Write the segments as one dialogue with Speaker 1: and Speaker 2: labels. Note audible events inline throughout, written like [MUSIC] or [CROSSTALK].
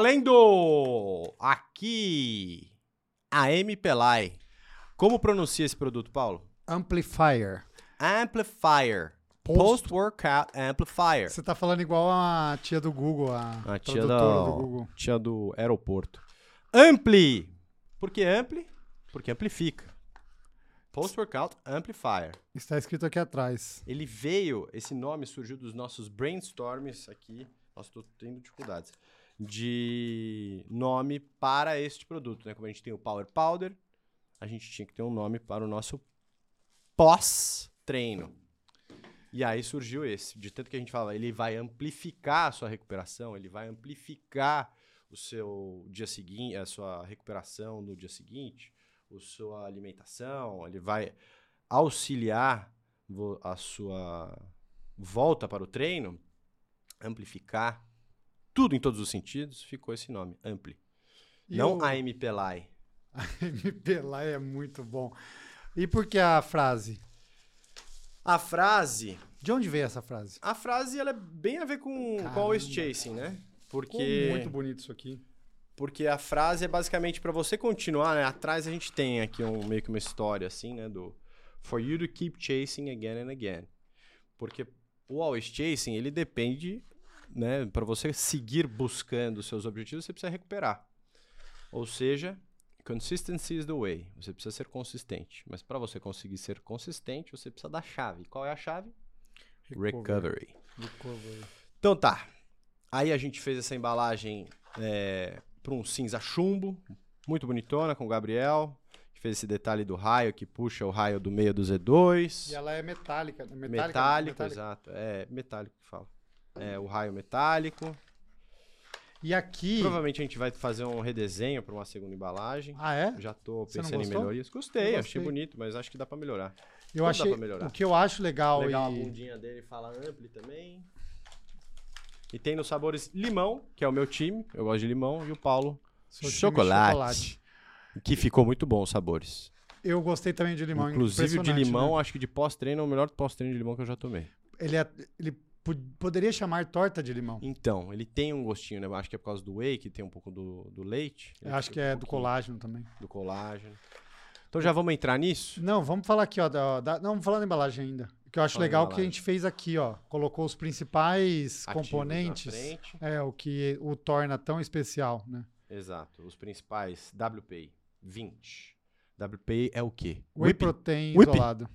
Speaker 1: Valendo! Aqui, AM Pelai. Como pronuncia esse produto, Paulo?
Speaker 2: Amplifier.
Speaker 1: Amplifier. Post-workout amplifier.
Speaker 2: Você tá falando igual a tia do Google, a,
Speaker 1: É. A tia
Speaker 2: produtora
Speaker 1: da-
Speaker 2: do Google.
Speaker 1: Tinha do aeroporto. Ampli. Por que ampli? Porque amplifica. Post-workout amplifier.
Speaker 2: Está escrito aqui atrás.
Speaker 1: Ele veio, esse nome surgiu dos nossos brainstorms aqui. Nossa, tô tendo dificuldades. De nome para este produto, né? Como a gente tem o Power Powder, a gente tinha que ter um nome para o nosso pós-treino. E aí surgiu esse. De tanto que a gente fala, ele vai amplificar a sua recuperação, ele vai amplificar o seu dia seguinte, a sua recuperação no dia seguinte, a sua alimentação, ele vai auxiliar vo- a sua volta para o treino, amplificar tudo em todos os sentidos, ficou esse nome, Ampli.
Speaker 2: E
Speaker 1: Não
Speaker 2: [LAUGHS] o-
Speaker 1: a AM Pelai.
Speaker 2: MP lá é muito bom. E por que a frase?
Speaker 1: A frase,
Speaker 2: De onde veio essa frase?
Speaker 1: a frase ela é bem a ver com, com
Speaker 2: Caramba.
Speaker 1: always chasing, né?
Speaker 2: Ficou
Speaker 1: Porque
Speaker 2: muito bonito isso aqui.
Speaker 1: Porque a frase é basicamente para você continuar, né? Atrás a gente tem aqui um, meio que uma história assim, né? Do For you to keep chasing again and again. Porque o always chasing, ele depende, né? Para você seguir buscando os seus objetivos, você precisa recuperar. Ou seja, consistency is the way. Você precisa ser consistente. Mas para você conseguir ser consistente, você precisa da chave. Qual é a chave? Recovery.
Speaker 2: Recovery.
Speaker 1: Então tá. Aí a gente fez essa embalagem é, para um cinza chumbo, muito bonitona, com o Gabriel, que fez esse detalhe do raio que puxa o raio do meio do Z2.
Speaker 2: E ela é metálica. né? Metálica,
Speaker 1: metálico,
Speaker 2: metálica.
Speaker 1: exato. É, metálico que fala. É, o raio metálico.
Speaker 2: E aqui...
Speaker 1: é. Provavelmente a gente vai fazer um redesenho para uma segunda embalagem.
Speaker 2: Ah, é?
Speaker 1: Já tô
Speaker 2: Você não
Speaker 1: pensando em
Speaker 2: gostou?
Speaker 1: melhorias. Gostei,
Speaker 2: Eu
Speaker 1: achei
Speaker 2: gostei.
Speaker 1: bonito, mas acho que dá para melhorar. Como
Speaker 2: Eu
Speaker 1: dá
Speaker 2: achei...
Speaker 1: pra melhorar?
Speaker 2: O que eu acho legal,
Speaker 1: Legal a
Speaker 2: e...
Speaker 1: bundinha dele, fala ampli também. E tem nos sabores limão, que é o meu time, eu gosto de limão, e o Paulo,
Speaker 2: Seu time é
Speaker 1: chocolate.
Speaker 2: chocolate.
Speaker 1: que ficou muito bom os sabores.
Speaker 2: Eu gostei também de limão. é
Speaker 1: Inclusive o de
Speaker 2: impressionante,
Speaker 1: limão,
Speaker 2: né?
Speaker 1: acho que de pós-treino é o melhor pós-treino de limão que eu já tomei.
Speaker 2: Ele, é- ele pod- poderia chamar torta de limão.
Speaker 1: Então, ele tem um gostinho, né? Eu Acho que é por causa do whey, que tem um pouco do, do leite. Ele
Speaker 2: Eu acho que
Speaker 1: fica um
Speaker 2: é do
Speaker 1: pouquinho
Speaker 2: colágeno também.
Speaker 1: Do colágeno. Então já vamos entrar nisso?
Speaker 2: Não, vamos falar aqui, ó. Da, da- não, vamos falar da embalagem ainda. O que eu acho
Speaker 1: Fala da
Speaker 2: legal que a
Speaker 1: embalagem.
Speaker 2: gente fez aqui, ó. Colocou os
Speaker 1: Ativos
Speaker 2: principais
Speaker 1: na
Speaker 2: componentes.
Speaker 1: frente.
Speaker 2: É, o que o torna tão especial, né?
Speaker 1: Exato. Os principais WPI 20. WPI é o quê?
Speaker 2: Whey protein
Speaker 1: Whip.
Speaker 2: isolado.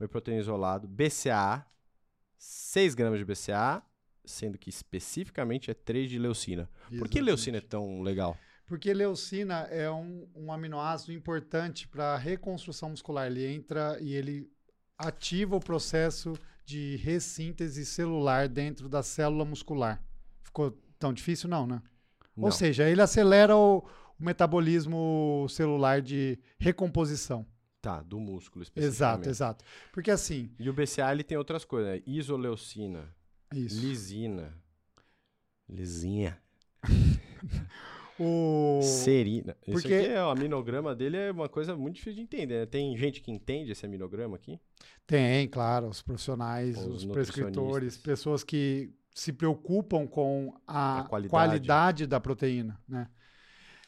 Speaker 1: Whey proteína isolado, BCA, 6 gramas de BCA, sendo que especificamente é 3 de leucina. Por que
Speaker 2: Exatamente.
Speaker 1: leucina é tão legal?
Speaker 2: Porque leucina é um, um aminoácido importante para a reconstrução muscular. Ele entra e ele ativa o processo de ressíntese celular dentro da célula muscular. Ficou tão difícil, não, né?
Speaker 1: Não.
Speaker 2: Ou seja, ele acelera o, o metabolismo celular de recomposição.
Speaker 1: Tá, do músculo especificamente.
Speaker 2: Exato, exato. Porque assim,
Speaker 1: E o BCA ele tem outras coisas, né? Isoleucina,
Speaker 2: isso.
Speaker 1: lisina, lisinha,
Speaker 2: O...
Speaker 1: serina. Isso
Speaker 2: Porque-
Speaker 1: aqui é o aminograma dele é uma coisa muito difícil de entender, né? Tem gente que entende esse aminograma aqui?
Speaker 2: Tem, claro, os profissionais,
Speaker 1: Os
Speaker 2: os, prescritores,
Speaker 1: nutricionistas.
Speaker 2: pessoas que se preocupam com a,
Speaker 1: A
Speaker 2: qualidade.
Speaker 1: qualidade.
Speaker 2: da proteína, né?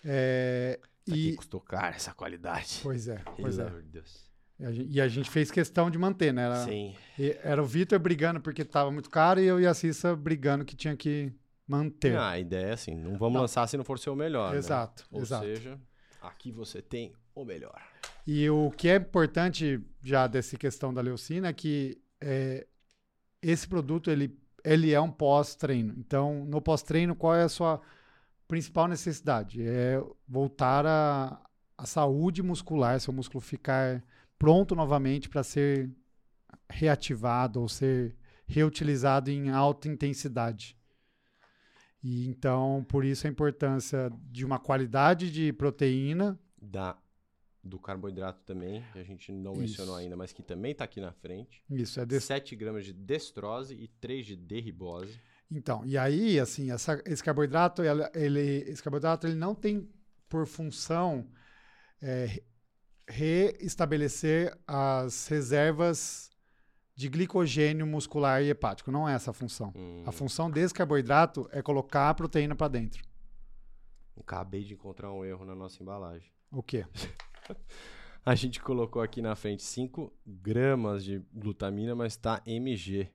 Speaker 2: É,
Speaker 1: Isso
Speaker 2: e
Speaker 1: Tá aqui custou caro essa qualidade.
Speaker 2: pois é, pois é.
Speaker 1: Meu Deus.
Speaker 2: E a gen- E a gente fez questão de manter, né? Era,
Speaker 1: Sim.
Speaker 2: e- era o Vitor brigando porque estava muito caro e eu e a Cissa brigando que tinha que manter.
Speaker 1: Ah, a ideia é assim, não vamos
Speaker 2: Não.
Speaker 1: lançar se não for ser o melhor, né?
Speaker 2: exato,
Speaker 1: Ou
Speaker 2: exato.
Speaker 1: seja, aqui você tem o melhor.
Speaker 2: E o que é importante já dessa questão da leucina é que é, esse produto ele, ele é um pós-treino. Então, no pós-treino, qual é a sua principal necessidade? É voltar à à saúde muscular, seu músculo ficar pronto novamente para ser reativado ou ser reutilizado em alta intensidade. E então, por isso a importância de uma qualidade de proteína
Speaker 1: Da, do carboidrato também, que a gente não
Speaker 2: Isso.
Speaker 1: mencionou ainda, mas que também tá aqui na frente.
Speaker 2: Isso, é desse
Speaker 1: 7 gramas de destrose e 3 de derribose.
Speaker 2: Então, e aí, assim, essa- esse carboidrato, ela- ele, esse carboidrato, ele não tem por função é, re- reestabelecer as reservas de glicogênio muscular e hepático. Não é essa a função.
Speaker 1: Hum,
Speaker 2: A função desse carboidrato é colocar a proteína para dentro.
Speaker 1: Acabei de encontrar um erro na nossa embalagem.
Speaker 2: O quê?
Speaker 1: A gente colocou aqui na frente 5 gramas de glutamina, mas tá MG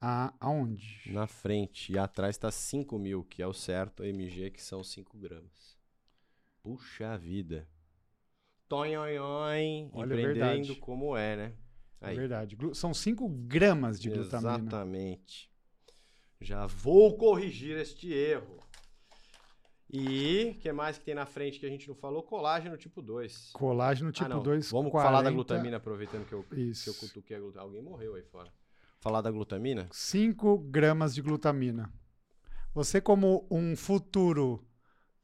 Speaker 2: A, aonde?
Speaker 1: na frente. E atrás tá 5 mil, que é o certo, MG, que são 5 gramas. Puxa vida. Tonhonhon,
Speaker 2: Olha,
Speaker 1: empreendendo
Speaker 2: verdade.
Speaker 1: como é, né?
Speaker 2: É verdade. Glu- São 5 gramas de glutamina.
Speaker 1: Exatamente. Já vou corrigir este erro. E o que mais que tem na frente que a gente não falou? Colágeno tipo 2.
Speaker 2: Colágeno
Speaker 1: Ah,
Speaker 2: tipo
Speaker 1: não.
Speaker 2: 2,
Speaker 1: Vamos
Speaker 2: 40,
Speaker 1: falar da glutamina, aproveitando que eu, que eu
Speaker 2: Isso.
Speaker 1: cutuquei a glutamina. Alguém morreu aí fora. Falar da glutamina?
Speaker 2: 5 gramas de glutamina. Você, como um futuro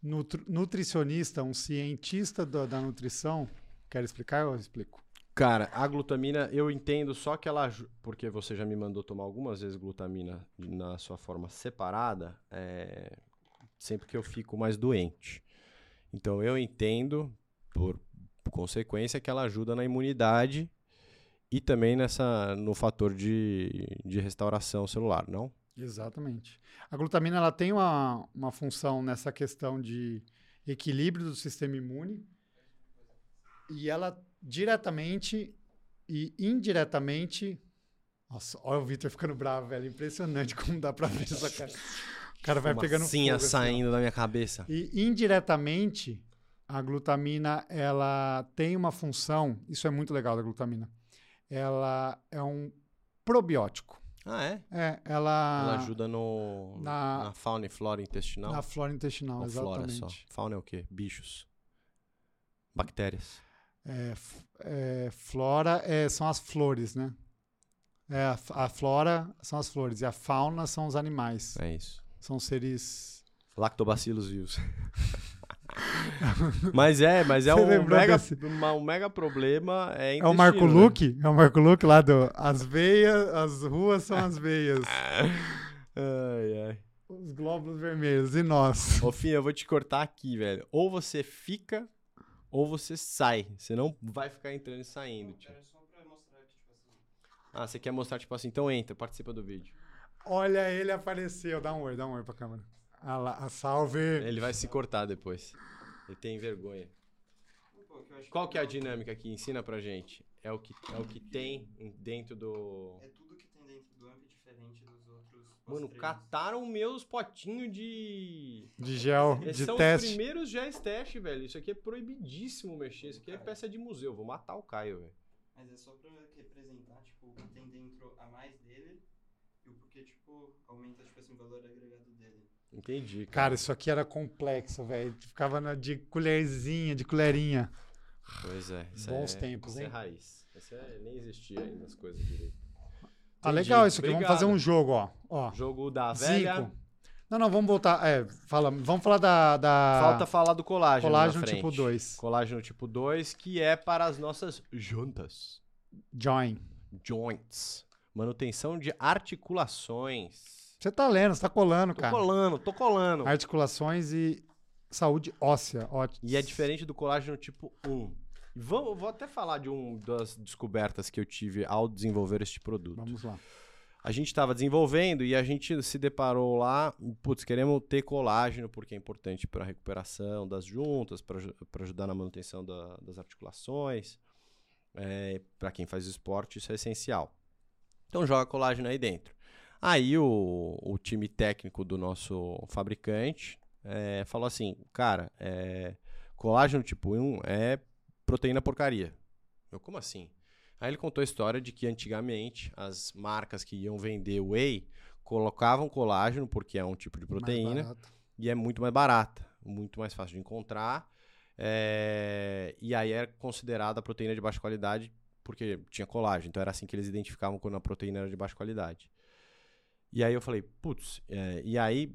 Speaker 2: nutri- nutricionista, um cientista da, da nutrição, quer explicar? Eu explico.
Speaker 1: Cara, a glutamina, eu entendo só que ela. aju- Porque você já me mandou tomar algumas vezes glutamina na sua forma separada, é, sempre que eu fico mais doente. Então eu entendo, por consequência, que ela ajuda na imunidade e também nessa no fator de, de restauração celular, não?
Speaker 2: Exatamente. A glutamina ela tem uma, uma função nessa questão de equilíbrio do sistema imune e ela diretamente e indiretamente. Nossa, olha o Vitor ficando bravo, velho. Impressionante como dá pra ver essa cara. O cara vai pegando
Speaker 1: Fumacinha
Speaker 2: fogo, assim, ó.
Speaker 1: saindo da minha cabeça.
Speaker 2: E indiretamente, a glutamina ela tem uma função. Isso é muito legal da glutamina. Ela é um probiótico.
Speaker 1: Ah, é?
Speaker 2: É, ela,
Speaker 1: Ela ajuda no,
Speaker 2: na-
Speaker 1: na fauna e flora intestinal?
Speaker 2: na flora intestinal,
Speaker 1: Ou flora
Speaker 2: exatamente.
Speaker 1: só. Fauna é o quê? Bichos. Bactérias.
Speaker 2: É, f- é, flora é, são as flores, né? É, a, f- a flora são as flores e a fauna são os animais.
Speaker 1: É isso.
Speaker 2: São seres.
Speaker 1: Lactobacilos vivos. [LAUGHS] mas é, mas é
Speaker 2: Você
Speaker 1: um
Speaker 2: lembrou
Speaker 1: mega,
Speaker 2: desse?
Speaker 1: uma- um mega problema. É,
Speaker 2: É o Marco
Speaker 1: intestino, né?
Speaker 2: Luque? É o Marco Luque lá do. As veias, as ruas são as veias.
Speaker 1: Ai, ai.
Speaker 2: Os glóbulos vermelhos e nós.
Speaker 1: Ô, Fih, eu vou te cortar aqui, velho. Ou você fica, ou você sai. Você não vai ficar entrando e saindo. Tipo. Ah, você quer mostrar, tipo assim, então entra, participa do
Speaker 2: [LAUGHS]
Speaker 1: vídeo.
Speaker 2: Olha, ele apareceu. Dá um oi, dá um oi pra câmera. Ah lá, ah, salve!
Speaker 1: Ele vai se cortar depois. Ele tem vergonha. Qual que é a dinâmica aqui? Ensina pra gente. É o que, é o que tem em- dentro do.
Speaker 3: É tudo que tem dentro do amp diferente dos outros.
Speaker 1: Mano,
Speaker 3: postreiros.
Speaker 1: cataram meus potinhos de.
Speaker 2: De gel,
Speaker 1: Esses
Speaker 2: de
Speaker 1: são os
Speaker 2: teste.
Speaker 1: primeiros géis teste, velho. Isso aqui é proibidíssimo mexer. Isso aqui é peça de museu. Vou matar o Caio, velho.
Speaker 3: Mas é só pra representar, tipo, o que tem dentro a mais dele e o porquê, tipo, aumenta, tipo assim, o valor agregado dele.
Speaker 1: Entendi.
Speaker 2: Cara, isso aqui era complexo, velho. Ficava na- de colherzinha, de colherinha.
Speaker 1: Pois é. isso
Speaker 2: Bons
Speaker 1: é,
Speaker 2: tempos,
Speaker 1: isso
Speaker 2: hein?
Speaker 1: é raiz. Isso é, nem existia ainda as coisas direito.
Speaker 2: Tá
Speaker 1: Entendi.
Speaker 2: legal isso aqui. Vamos fazer
Speaker 1: Obrigado.
Speaker 2: um jogo, ó. ó.
Speaker 1: Jogo da velha.
Speaker 2: Zico. Não, não, vamos voltar. É, fala, vamos falar da. da-
Speaker 1: Falta falar do colágeno.
Speaker 2: Ah, Colágeno
Speaker 1: na frente.
Speaker 2: tipo 2.
Speaker 1: Colágeno tipo 2, que é para as nossas juntas.
Speaker 2: Join.
Speaker 1: Joints. Manutenção de articulações.
Speaker 2: Você tá lendo, você tá colando,
Speaker 1: Tô
Speaker 2: cara.
Speaker 1: colando, tô colando.
Speaker 2: Articulações e saúde óssea. Ótimo.
Speaker 1: E é diferente do colágeno tipo 1. E Vou, vou até falar de uma das descobertas que eu tive ao desenvolver este produto.
Speaker 2: Vamos lá.
Speaker 1: A gente estava desenvolvendo e a gente se deparou lá, putz, queremos ter colágeno porque é importante para a recuperação das juntas, para ajudar na manutenção da- das articulações. para quem faz esporte, isso é essencial. Então joga colágeno aí dentro. Aí o, o time técnico do nosso fabricante eh, falou assim, cara, eh, colágeno tipo 1 é proteína porcaria. Eu, como assim? Aí ele contou a história de que antigamente as marcas que iam vender whey colocavam colágeno, porque é um tipo de
Speaker 2: Mais
Speaker 1: proteína,
Speaker 2: barato.
Speaker 1: e é muito mais barata, muito mais fácil de encontrar. é, e aí era considerada proteína de baixa qualidade porque tinha colágeno. Então era assim que eles identificavam quando a proteína era de baixa qualidade. E aí eu falei, putz, é, e aí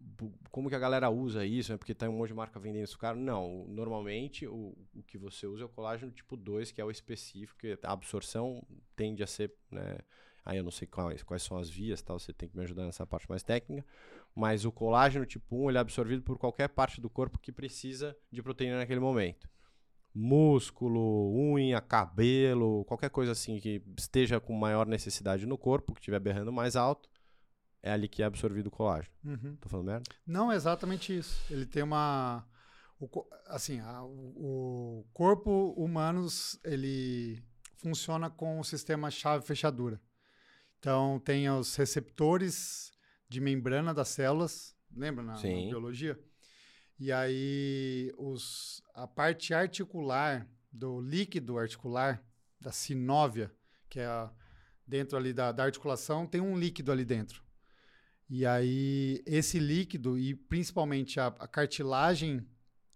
Speaker 1: bu- como que a galera usa isso? É porque tem um monte de marca vendendo isso caro? Não, normalmente o, o que você usa é o colágeno tipo 2, que é o específico, que a absorção tende a ser, né? Aí eu não sei quais, quais são as vias, tal, você tem que me ajudar nessa parte mais técnica. Mas o colágeno tipo 1, ele é absorvido por qualquer parte do corpo que precisa de proteína naquele momento. Músculo, unha, cabelo, qualquer coisa assim que esteja com maior necessidade no corpo, que estiver berrando mais alto, é ali que é absorvido o colágeno.
Speaker 2: Uhum.
Speaker 1: Tô falando merda?
Speaker 2: Não, é exatamente isso. Ele tem uma. o co- assim, a- o, o corpo humano ele funciona com o sistema chave-fechadura. Então, tem os receptores de membrana das células, lembra na, na
Speaker 1: Sim.
Speaker 2: biologia? E aí, os, a parte articular do líquido articular, da sinóvia, que é a- dentro ali da, da articulação, tem um líquido ali dentro. E aí, esse líquido e principalmente a, a cartilagem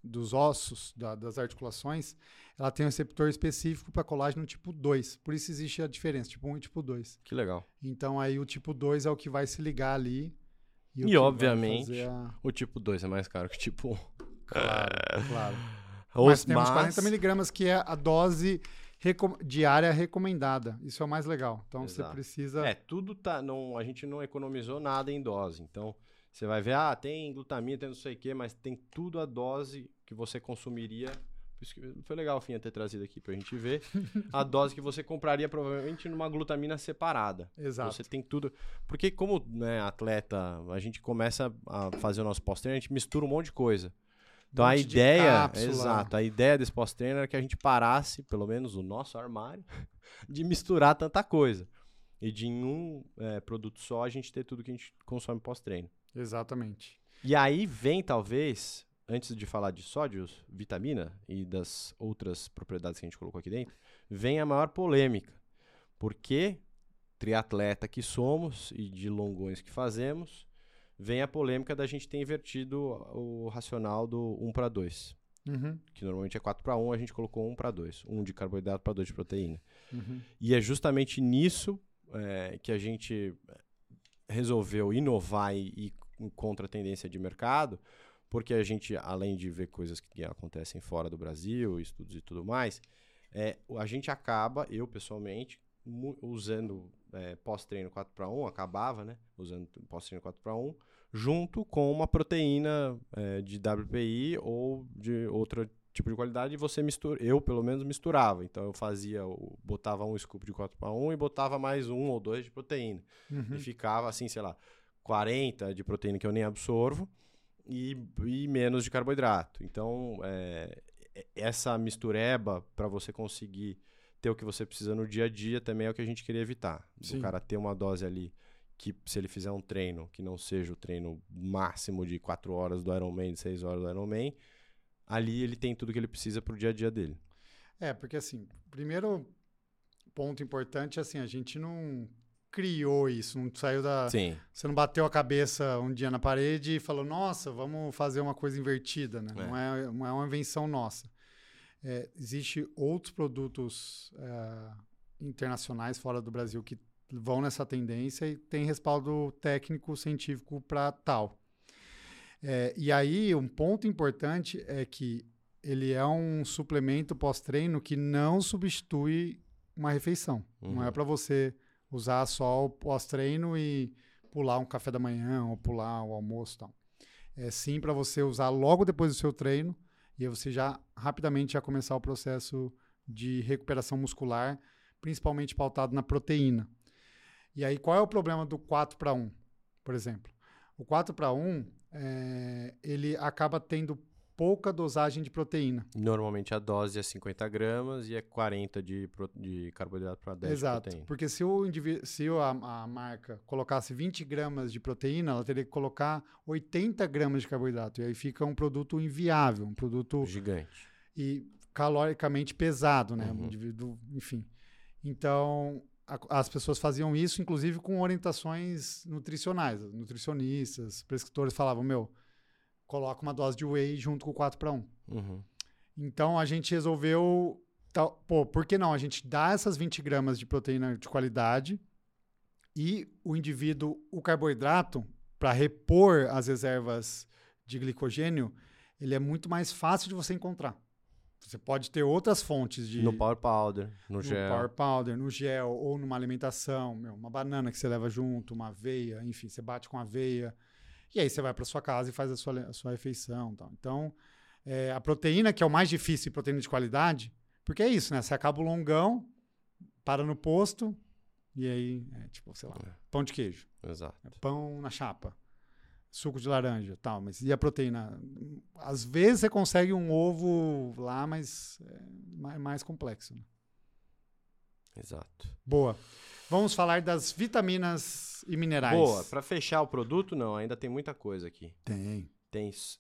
Speaker 2: dos ossos, da- das articulações, ela tem um receptor específico para colágeno tipo 2. Por isso existe a diferença, tipo 1 e tipo 2.
Speaker 1: Que legal.
Speaker 2: Então, aí o tipo 2 é o que vai se ligar ali. o
Speaker 1: E,
Speaker 2: que vai
Speaker 1: obviamente,
Speaker 2: fazer a-
Speaker 1: O tipo 2 é mais caro que o tipo 1.
Speaker 2: Claro, claro.
Speaker 1: Ah. Os
Speaker 2: mas temos
Speaker 1: mas-
Speaker 2: 40 miligramas, que é a dose recom- diária recomendada. Isso é o mais legal. Então,
Speaker 1: Exato.
Speaker 2: você precisa...
Speaker 1: É, tudo tá. Não, a gente não economizou nada em dose. Então, você vai ver, ah, tem glutamina, tem não sei o quê, mas tem tudo a dose que você consumiria. Por isso que foi legal o Finha ter trazido aqui pra gente ver. A dose que você compraria provavelmente numa glutamina separada.
Speaker 2: Exato.
Speaker 1: Você tem tudo. Porque, como né, atleta, a gente começa a fazer o nosso pós-treino, a gente mistura um monte de coisa. Então
Speaker 2: Um
Speaker 1: a
Speaker 2: monte de
Speaker 1: ideia.
Speaker 2: cápsula.
Speaker 1: Exato, a ideia desse pós-treino era que a gente parasse, pelo menos o nosso armário, [LAUGHS] de misturar tanta coisa. E de em um eh, produto só a gente ter tudo que a gente consome pós-treino.
Speaker 2: Exatamente.
Speaker 1: E aí vem, talvez, antes de falar de sódios, vitamina e das outras propriedades que a gente colocou aqui dentro, vem a maior polêmica. Porque, triatleta que somos e de longões que fazemos, vem a polêmica da gente ter invertido o racional do 1 para 2.
Speaker 2: Uhum,
Speaker 1: Que normalmente é 4 para 1, a gente colocou 1 para 2. 1 de carboidrato para 2 de proteína.
Speaker 2: uhum.
Speaker 1: E é justamente nisso eh, que a gente resolveu inovar e ir em contra a tendência de mercado, porque a gente, além de ver coisas que acontecem fora do Brasil, estudos e tudo mais, eh, o- a gente acaba, eu pessoalmente, mu- usando eh, pós-treino 4 para 1, acabava, né? Usando t- pós-treino 4 para 1, junto com uma proteína eh, de WPI ou de outro tipo de qualidade, e você mistura, eu pelo menos misturava. Então eu fazia, o- botava um scoop de 4 para 1 e botava mais um ou dois de proteína.
Speaker 2: Uhum.
Speaker 1: E ficava assim, sei lá, 40 de proteína que eu nem absorvo e, e menos de carboidrato. Então, é, e- essa mistureba para você conseguir ter o que você precisa no dia a dia também é o que a gente queria evitar.
Speaker 2: Sim.
Speaker 1: O cara ter uma dose ali que se ele fizer um treino que não seja o treino máximo de 4 horas do Ironman, de 6 horas do Ironman, ali ele tem tudo que ele precisa pro dia a dia dele.
Speaker 2: É, porque assim, primeiro ponto importante, assim, a gente não criou isso, não saiu da.
Speaker 1: Sim.
Speaker 2: Você não bateu a cabeça um dia na parede e falou, nossa, vamos fazer uma coisa invertida, né?
Speaker 1: É.
Speaker 2: Não, é, não é uma invenção nossa. É, Existem outros produtos eh, internacionais fora do Brasil que vão nessa tendência e tem respaldo técnico científico para tal. É, e aí, um ponto importante é que ele é um suplemento pós-treino que não substitui uma refeição. Não é
Speaker 1: Uhum.
Speaker 2: para você usar só o pós-treino e pular um café da manhã ou pular o almoço e tal. É sim para você usar logo depois do seu treino e aí você já rapidamente já começar o processo de recuperação muscular, principalmente pautado na proteína. E aí qual é o problema do 4 para 1, por exemplo? O 4 para 1, é, ele acaba tendo pouca dosagem de proteína.
Speaker 1: Normalmente a dose é 50 gramas e é 40 de, pro- de carboidrato para 10 de
Speaker 2: Exato.
Speaker 1: proteína.
Speaker 2: Porque se, o indiví- se o- a, a marca colocasse 20 gramas de proteína, ela teria que colocar 80 gramas de carboidrato. E aí fica um produto inviável, um produto
Speaker 1: Gigante.
Speaker 2: e caloricamente pesado, né? Um
Speaker 1: Uhum.
Speaker 2: indivíduo, enfim. Então, a- as pessoas faziam isso, inclusive com orientações nutricionais. Nutricionistas, prescritores falavam: meu, coloca uma dose de whey junto com o um". 4 para 1.
Speaker 1: Uhum.
Speaker 2: Então a gente resolveu. tal- Pô, por que não? A gente dá essas 20 gramas de proteína de qualidade e o indivíduo, o carboidrato, para repor as reservas de glicogênio, ele é muito mais fácil de você encontrar. Você pode ter outras fontes de.
Speaker 1: No Power Powder, no,
Speaker 2: no
Speaker 1: gel.
Speaker 2: power powder, no gel ou numa alimentação, meu, uma banana que você leva junto, uma aveia, enfim, você bate com aveia. E aí você vai para sua casa e faz a sua, le- a sua refeição. Tal. Então, é, a proteína, que é o mais difícil, e proteína de qualidade, porque é isso, né? Você acaba o longão, para no posto, E aí, é, tipo, sei lá, pão de queijo,
Speaker 1: Exato.
Speaker 2: é pão na chapa, suco de laranja, tal. Mas e a proteína? Às vezes você consegue um ovo lá, mas é ma- mais complexo. né?
Speaker 1: Exato.
Speaker 2: Boa. Vamos falar das vitaminas e minerais.
Speaker 1: Boa, pra fechar o produto, não, ainda tem muita coisa aqui.
Speaker 2: Tem.
Speaker 1: Tem. s-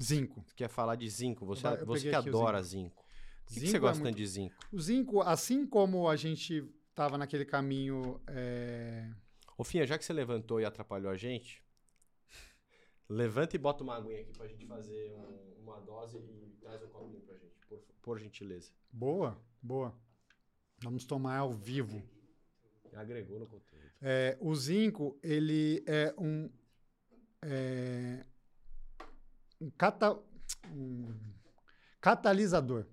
Speaker 2: Zinco.
Speaker 1: Quer falar de zinco? Você,
Speaker 2: Eu
Speaker 1: você
Speaker 2: peguei
Speaker 1: que
Speaker 2: aqui o
Speaker 1: adora zinco. Por que, que você
Speaker 2: Zinco é
Speaker 1: gosta
Speaker 2: muito-
Speaker 1: tanto de zinco?
Speaker 2: O zinco, assim como a gente estava naquele caminho. é,
Speaker 1: Ô, Finha, já que você levantou e atrapalhou a gente, levanta e bota uma aguinha aqui pra gente fazer um- uma dose e traz um copinho pra gente, por, por gentileza.
Speaker 2: Boa, boa. Vamos tomar ao vivo.
Speaker 1: Agregou no conteúdo.
Speaker 2: É, o zinco, ele é um. é, um, cata- um catalisador.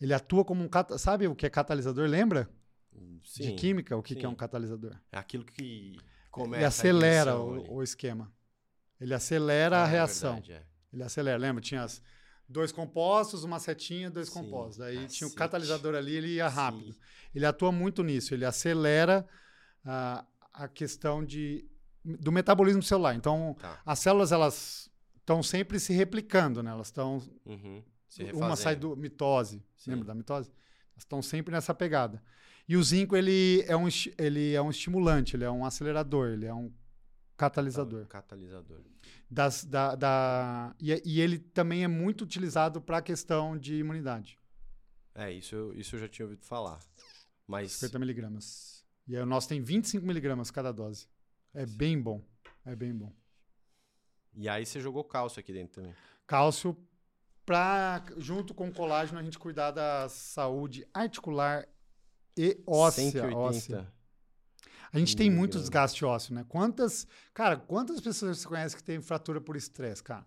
Speaker 2: Ele atua como um. Cata, sabe o que é catalisador? Lembra?
Speaker 1: Hum, Sim.
Speaker 2: De química, o que, que é
Speaker 1: sim.
Speaker 2: um catalisador?
Speaker 1: É aquilo que começa.
Speaker 2: Ele
Speaker 1: a
Speaker 2: acelera
Speaker 1: ignição ali.
Speaker 2: o, o esquema. Ele acelera
Speaker 1: Ah,
Speaker 2: a
Speaker 1: é
Speaker 2: reação.
Speaker 1: verdade, é.
Speaker 2: Ele acelera, lembra? Tinha as- dois compostos, uma setinha, dois
Speaker 1: Sim,
Speaker 2: compostos. Daí tinha o
Speaker 1: cacete.
Speaker 2: catalisador ali, ele ia rápido.
Speaker 1: Sim.
Speaker 2: Ele atua muito nisso, ele acelera ah, a questão de, do metabolismo celular. Então,
Speaker 1: Tá.
Speaker 2: as células elas estão sempre se replicando, né? Elas estão
Speaker 1: Uhum. Se
Speaker 2: uma sai
Speaker 1: refazendo.
Speaker 2: do mitose,
Speaker 1: Sim.
Speaker 2: lembra da mitose? Elas estão sempre nessa pegada. E o zinco ele é um esti- ele é um estimulante, ele é um acelerador, ele é um catalisador
Speaker 1: Catalisador.
Speaker 2: das, da, da- e, e ele também é muito utilizado para a questão de imunidade.
Speaker 1: É, isso, eu- isso eu já tinha ouvido falar. Mas
Speaker 2: 50 miligramas. E aí o nosso tem 25 miligramas cada dose. É bem bom. É bem bom.
Speaker 1: E aí você jogou cálcio aqui dentro também.
Speaker 2: Cálcio para junto com colágeno a gente cuidar da saúde articular e óssea. óssea. A gente tem muito
Speaker 1: miligramas.
Speaker 2: desgaste ósseo, né? Quantas, cara, quantas pessoas você conhece que tem fratura por estresse, cara?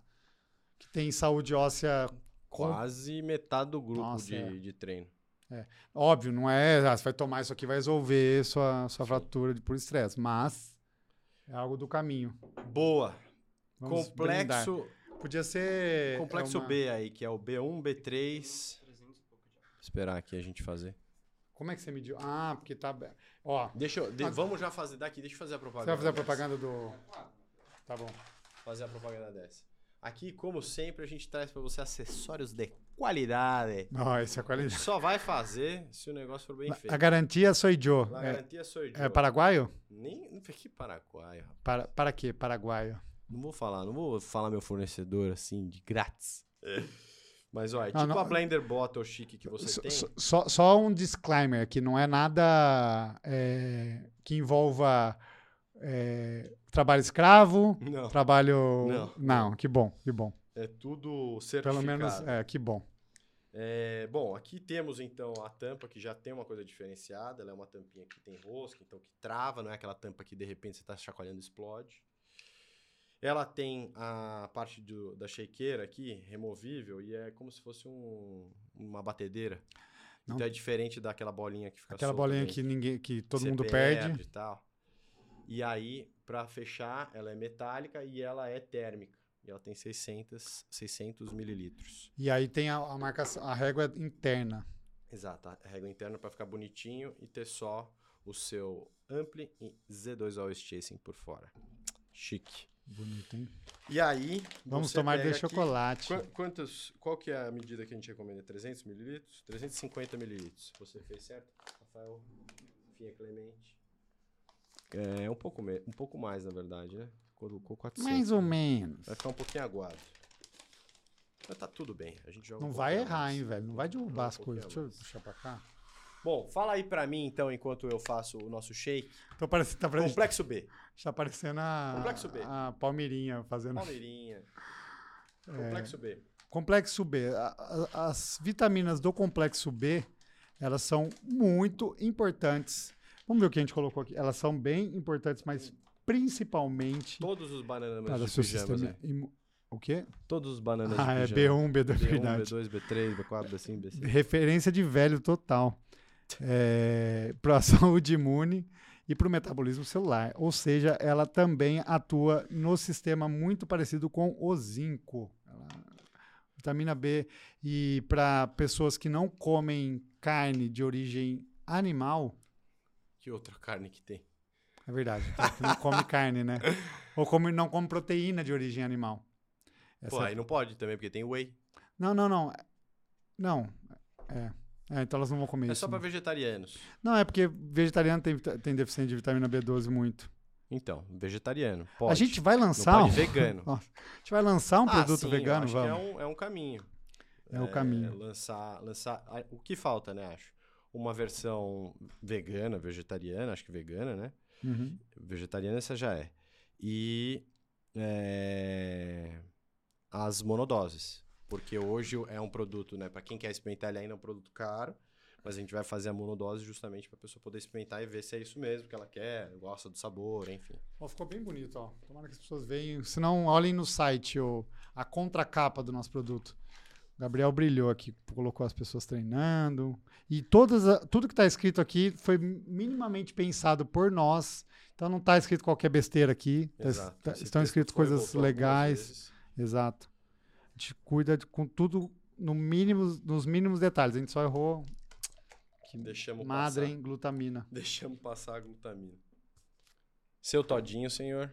Speaker 2: Que tem saúde óssea com-
Speaker 1: Quase metade do grupo
Speaker 2: Nossa,
Speaker 1: de,
Speaker 2: é.
Speaker 1: de treino.
Speaker 2: Óbvio, não é. Ah, você vai tomar isso aqui, vai resolver sua, sua fratura de por estresse, mas é algo do caminho.
Speaker 1: Boa.
Speaker 2: Vamos brindar.
Speaker 1: complexo
Speaker 2: Podia ser.
Speaker 1: complexo
Speaker 2: é uma-
Speaker 1: B aí, que é o B1, B3.
Speaker 3: 300 e pouco de
Speaker 1: Esperar aqui a gente fazer.
Speaker 2: Como é que você mediu? Ah, porque tá. be- Ó,
Speaker 1: Deixa eu, de-
Speaker 2: Ah.
Speaker 1: vamos já fazer daqui, deixa eu fazer a propaganda.
Speaker 2: você vai fazer a
Speaker 1: dessa.
Speaker 2: propaganda do.
Speaker 3: Ah,
Speaker 2: Tá bom.
Speaker 1: Fazer a propaganda dessa. Aqui, como sempre, a gente traz pra você acessórios de qualidade.
Speaker 2: Ó, essa é a qualidade.
Speaker 1: Só vai fazer se o negócio for bem feito.
Speaker 2: A garantia sou Joe.
Speaker 1: La
Speaker 2: É,
Speaker 1: garantia sou eu.
Speaker 2: é paraguaio?
Speaker 1: Nem, que Paraguai, rapaz.
Speaker 2: Para, para quê? Paraguaio.
Speaker 1: Não vou falar, não vou falar meu fornecedor assim, de grátis. Mas, ó, é
Speaker 2: Não,
Speaker 1: tipo
Speaker 2: não.
Speaker 1: a Blender Bottle chique que você
Speaker 2: So-
Speaker 1: tem.
Speaker 2: so- Só, só um disclaimer aqui, não é nada é, que envolva é, trabalho escravo,
Speaker 1: Não,
Speaker 2: Trabalho.
Speaker 1: Não.
Speaker 2: Não. que bom, que bom.
Speaker 1: é tudo certificado. Tá
Speaker 2: Pelo menos, é, que bom.
Speaker 1: É, bom, aqui temos então a tampa que já tem uma coisa diferenciada. Ela é uma tampinha que tem rosca, então que trava, não é aquela tampa que de repente você está chacoalhando e explode. Ela tem a parte do- da shakeira aqui, removível, e é como se fosse um- uma batedeira.
Speaker 2: Não.
Speaker 1: Então é diferente daquela bolinha que fica
Speaker 2: Aquela
Speaker 1: solta
Speaker 2: bolinha
Speaker 1: dentro.
Speaker 2: que ninguém, que todo
Speaker 1: Você
Speaker 2: mundo perde.
Speaker 1: e tal. E aí, pra fechar, ela é metálica e ela é térmica. E ela tem 600, 600 mililitros.
Speaker 2: E aí tem a, a marcação, a régua interna.
Speaker 1: Exato, a régua interna pra ficar bonitinho e ter só o seu ampli e Z2 Always Chasing por fora. Chique.
Speaker 2: Bonito, hein?
Speaker 1: E aí,
Speaker 2: Vamos
Speaker 1: você
Speaker 2: tomar
Speaker 1: pega
Speaker 2: de
Speaker 1: aqui-
Speaker 2: chocolate.
Speaker 1: Qua- Quantos, qual que é a medida que a gente recomenda? 300 mililitros? 350 mililitros. Você fez certo, Rafael? Finha Clemente? É, um pouco, me- um pouco mais, na verdade, né? Colocou 400.
Speaker 2: Mais ou menos.
Speaker 1: Vai ficar um pouquinho aguado. Mas tá tudo bem, a gente joga um
Speaker 2: Não vai
Speaker 1: pouquinho a
Speaker 2: errar,
Speaker 1: mais. um
Speaker 2: hein, velho? Não vai derrubar
Speaker 1: Não,
Speaker 2: as coisas. Deixa
Speaker 1: qualquer
Speaker 2: eu
Speaker 1: lance.
Speaker 2: puxar pra cá.
Speaker 1: Bom, fala aí pra mim, então, enquanto eu faço o nosso shake.
Speaker 2: Tô parecendo, tá, parecendo,
Speaker 1: Complexo B.
Speaker 2: tá parecendo
Speaker 1: Complexo B.
Speaker 2: a, a Palmeirinha fazendo.
Speaker 1: Palmeirinha. Complexo
Speaker 2: É.
Speaker 1: B.
Speaker 2: Complexo B. A- a- as vitaminas do complexo B, elas são muito importantes. Vamos ver o que a gente colocou aqui. Elas são bem importantes, mas principalmente
Speaker 1: Todos os bananas
Speaker 2: para o
Speaker 1: de
Speaker 2: seu
Speaker 1: pijamas,
Speaker 2: sistema
Speaker 1: né?
Speaker 2: imu- O quê?
Speaker 1: Todos os bananas
Speaker 2: Ah,
Speaker 1: de
Speaker 2: é
Speaker 1: pijama.
Speaker 2: B1, B2,
Speaker 1: B1,
Speaker 2: verdade.
Speaker 1: B2, B3, B4, B5,
Speaker 2: [LAUGHS]
Speaker 1: B6.
Speaker 2: Referência de velho total. É, para a [LAUGHS] saúde imune e para o metabolismo celular. Ou seja, ela também atua no sistema muito parecido com o zinco. Ela- vitamina B. E para pessoas que não comem carne de origem animal,
Speaker 1: Que outra carne que tem?
Speaker 2: É verdade. Tem que não come
Speaker 1: [LAUGHS]
Speaker 2: carne, né? Ou come, não come proteína de origem animal. Essa-
Speaker 1: Pô, aí não pode também, porque tem whey.
Speaker 2: Não, não, não. Não. É. É, então elas não vão comer
Speaker 1: É
Speaker 2: isso.
Speaker 1: só pra
Speaker 2: né?
Speaker 1: vegetarianos.
Speaker 2: Não, é porque vegetariano tem, vita- tem deficiência de vitamina B12 muito.
Speaker 1: Então, vegetariano. Pode.
Speaker 2: A gente vai
Speaker 1: não
Speaker 2: lançar um,
Speaker 1: pode
Speaker 2: [LAUGHS]
Speaker 1: vegano.
Speaker 2: a gente vai lançar um
Speaker 1: Ah,
Speaker 2: produto
Speaker 1: sim, eu
Speaker 2: vegano,
Speaker 1: acho que um,
Speaker 2: vamos.
Speaker 1: É um, é um caminho.
Speaker 2: É o caminho.
Speaker 1: Lançar, lançar. ah, O que falta, né? Acho. Uma versão vegana, vegetariana, acho que vegana, né?
Speaker 2: Uhum.
Speaker 1: Vegetariana essa já é. E é, as monodoses. Porque hoje é um produto, né? Pra quem quer experimentar, ele ainda é um produto caro. Mas a gente vai fazer a monodose justamente pra pessoa poder experimentar e ver se é isso mesmo que ela quer, gosta do sabor, enfim.
Speaker 2: Ó, ficou bem bonito, ó. Tomara que as pessoas vejam. Se não, olhem no site ó, a contracapa do nosso produto. O Gabriel brilhou aqui, colocou as pessoas treinando. E todas a- tudo que está escrito aqui foi minimamente pensado por nós. Então não está escrito qualquer besteira aqui. Tá-
Speaker 1: Exato.
Speaker 2: tá-
Speaker 1: Esse
Speaker 2: estão
Speaker 1: texto
Speaker 2: escritas
Speaker 1: foi e
Speaker 2: coisas
Speaker 1: voltou algumas
Speaker 2: legais.
Speaker 1: vezes. [LAUGHS]
Speaker 2: Exato. A gente cuida de- com tudo no mínimo, nos mínimos detalhes. A gente só errou. Que
Speaker 1: Deixamos
Speaker 2: madre,
Speaker 1: passar.
Speaker 2: hein? Glutamina.
Speaker 1: Deixamos passar a glutamina. Seu todinho, senhor.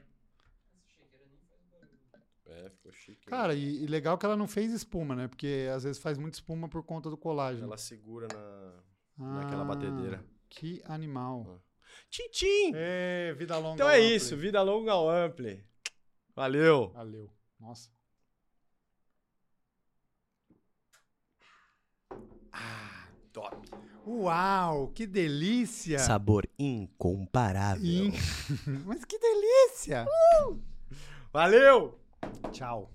Speaker 1: É, ficou chique. hein?
Speaker 2: Cara, e, e legal que ela não fez espuma, né? Porque às vezes faz muita espuma por conta do colágeno.
Speaker 1: ela segura na.
Speaker 2: Ah,
Speaker 1: naquela batedeira.
Speaker 2: Que animal.
Speaker 1: Tintim!
Speaker 2: É, vida longa.
Speaker 1: então é
Speaker 2: Ampli.
Speaker 1: isso. Vida longa ao Ampli. Valeu!
Speaker 2: Valeu. Nossa.
Speaker 1: Top!
Speaker 2: Uau, que delícia.
Speaker 1: Sabor incomparável.
Speaker 2: [LAUGHS] Ih, Mas que delícia.
Speaker 1: Valeu!
Speaker 2: Tchau.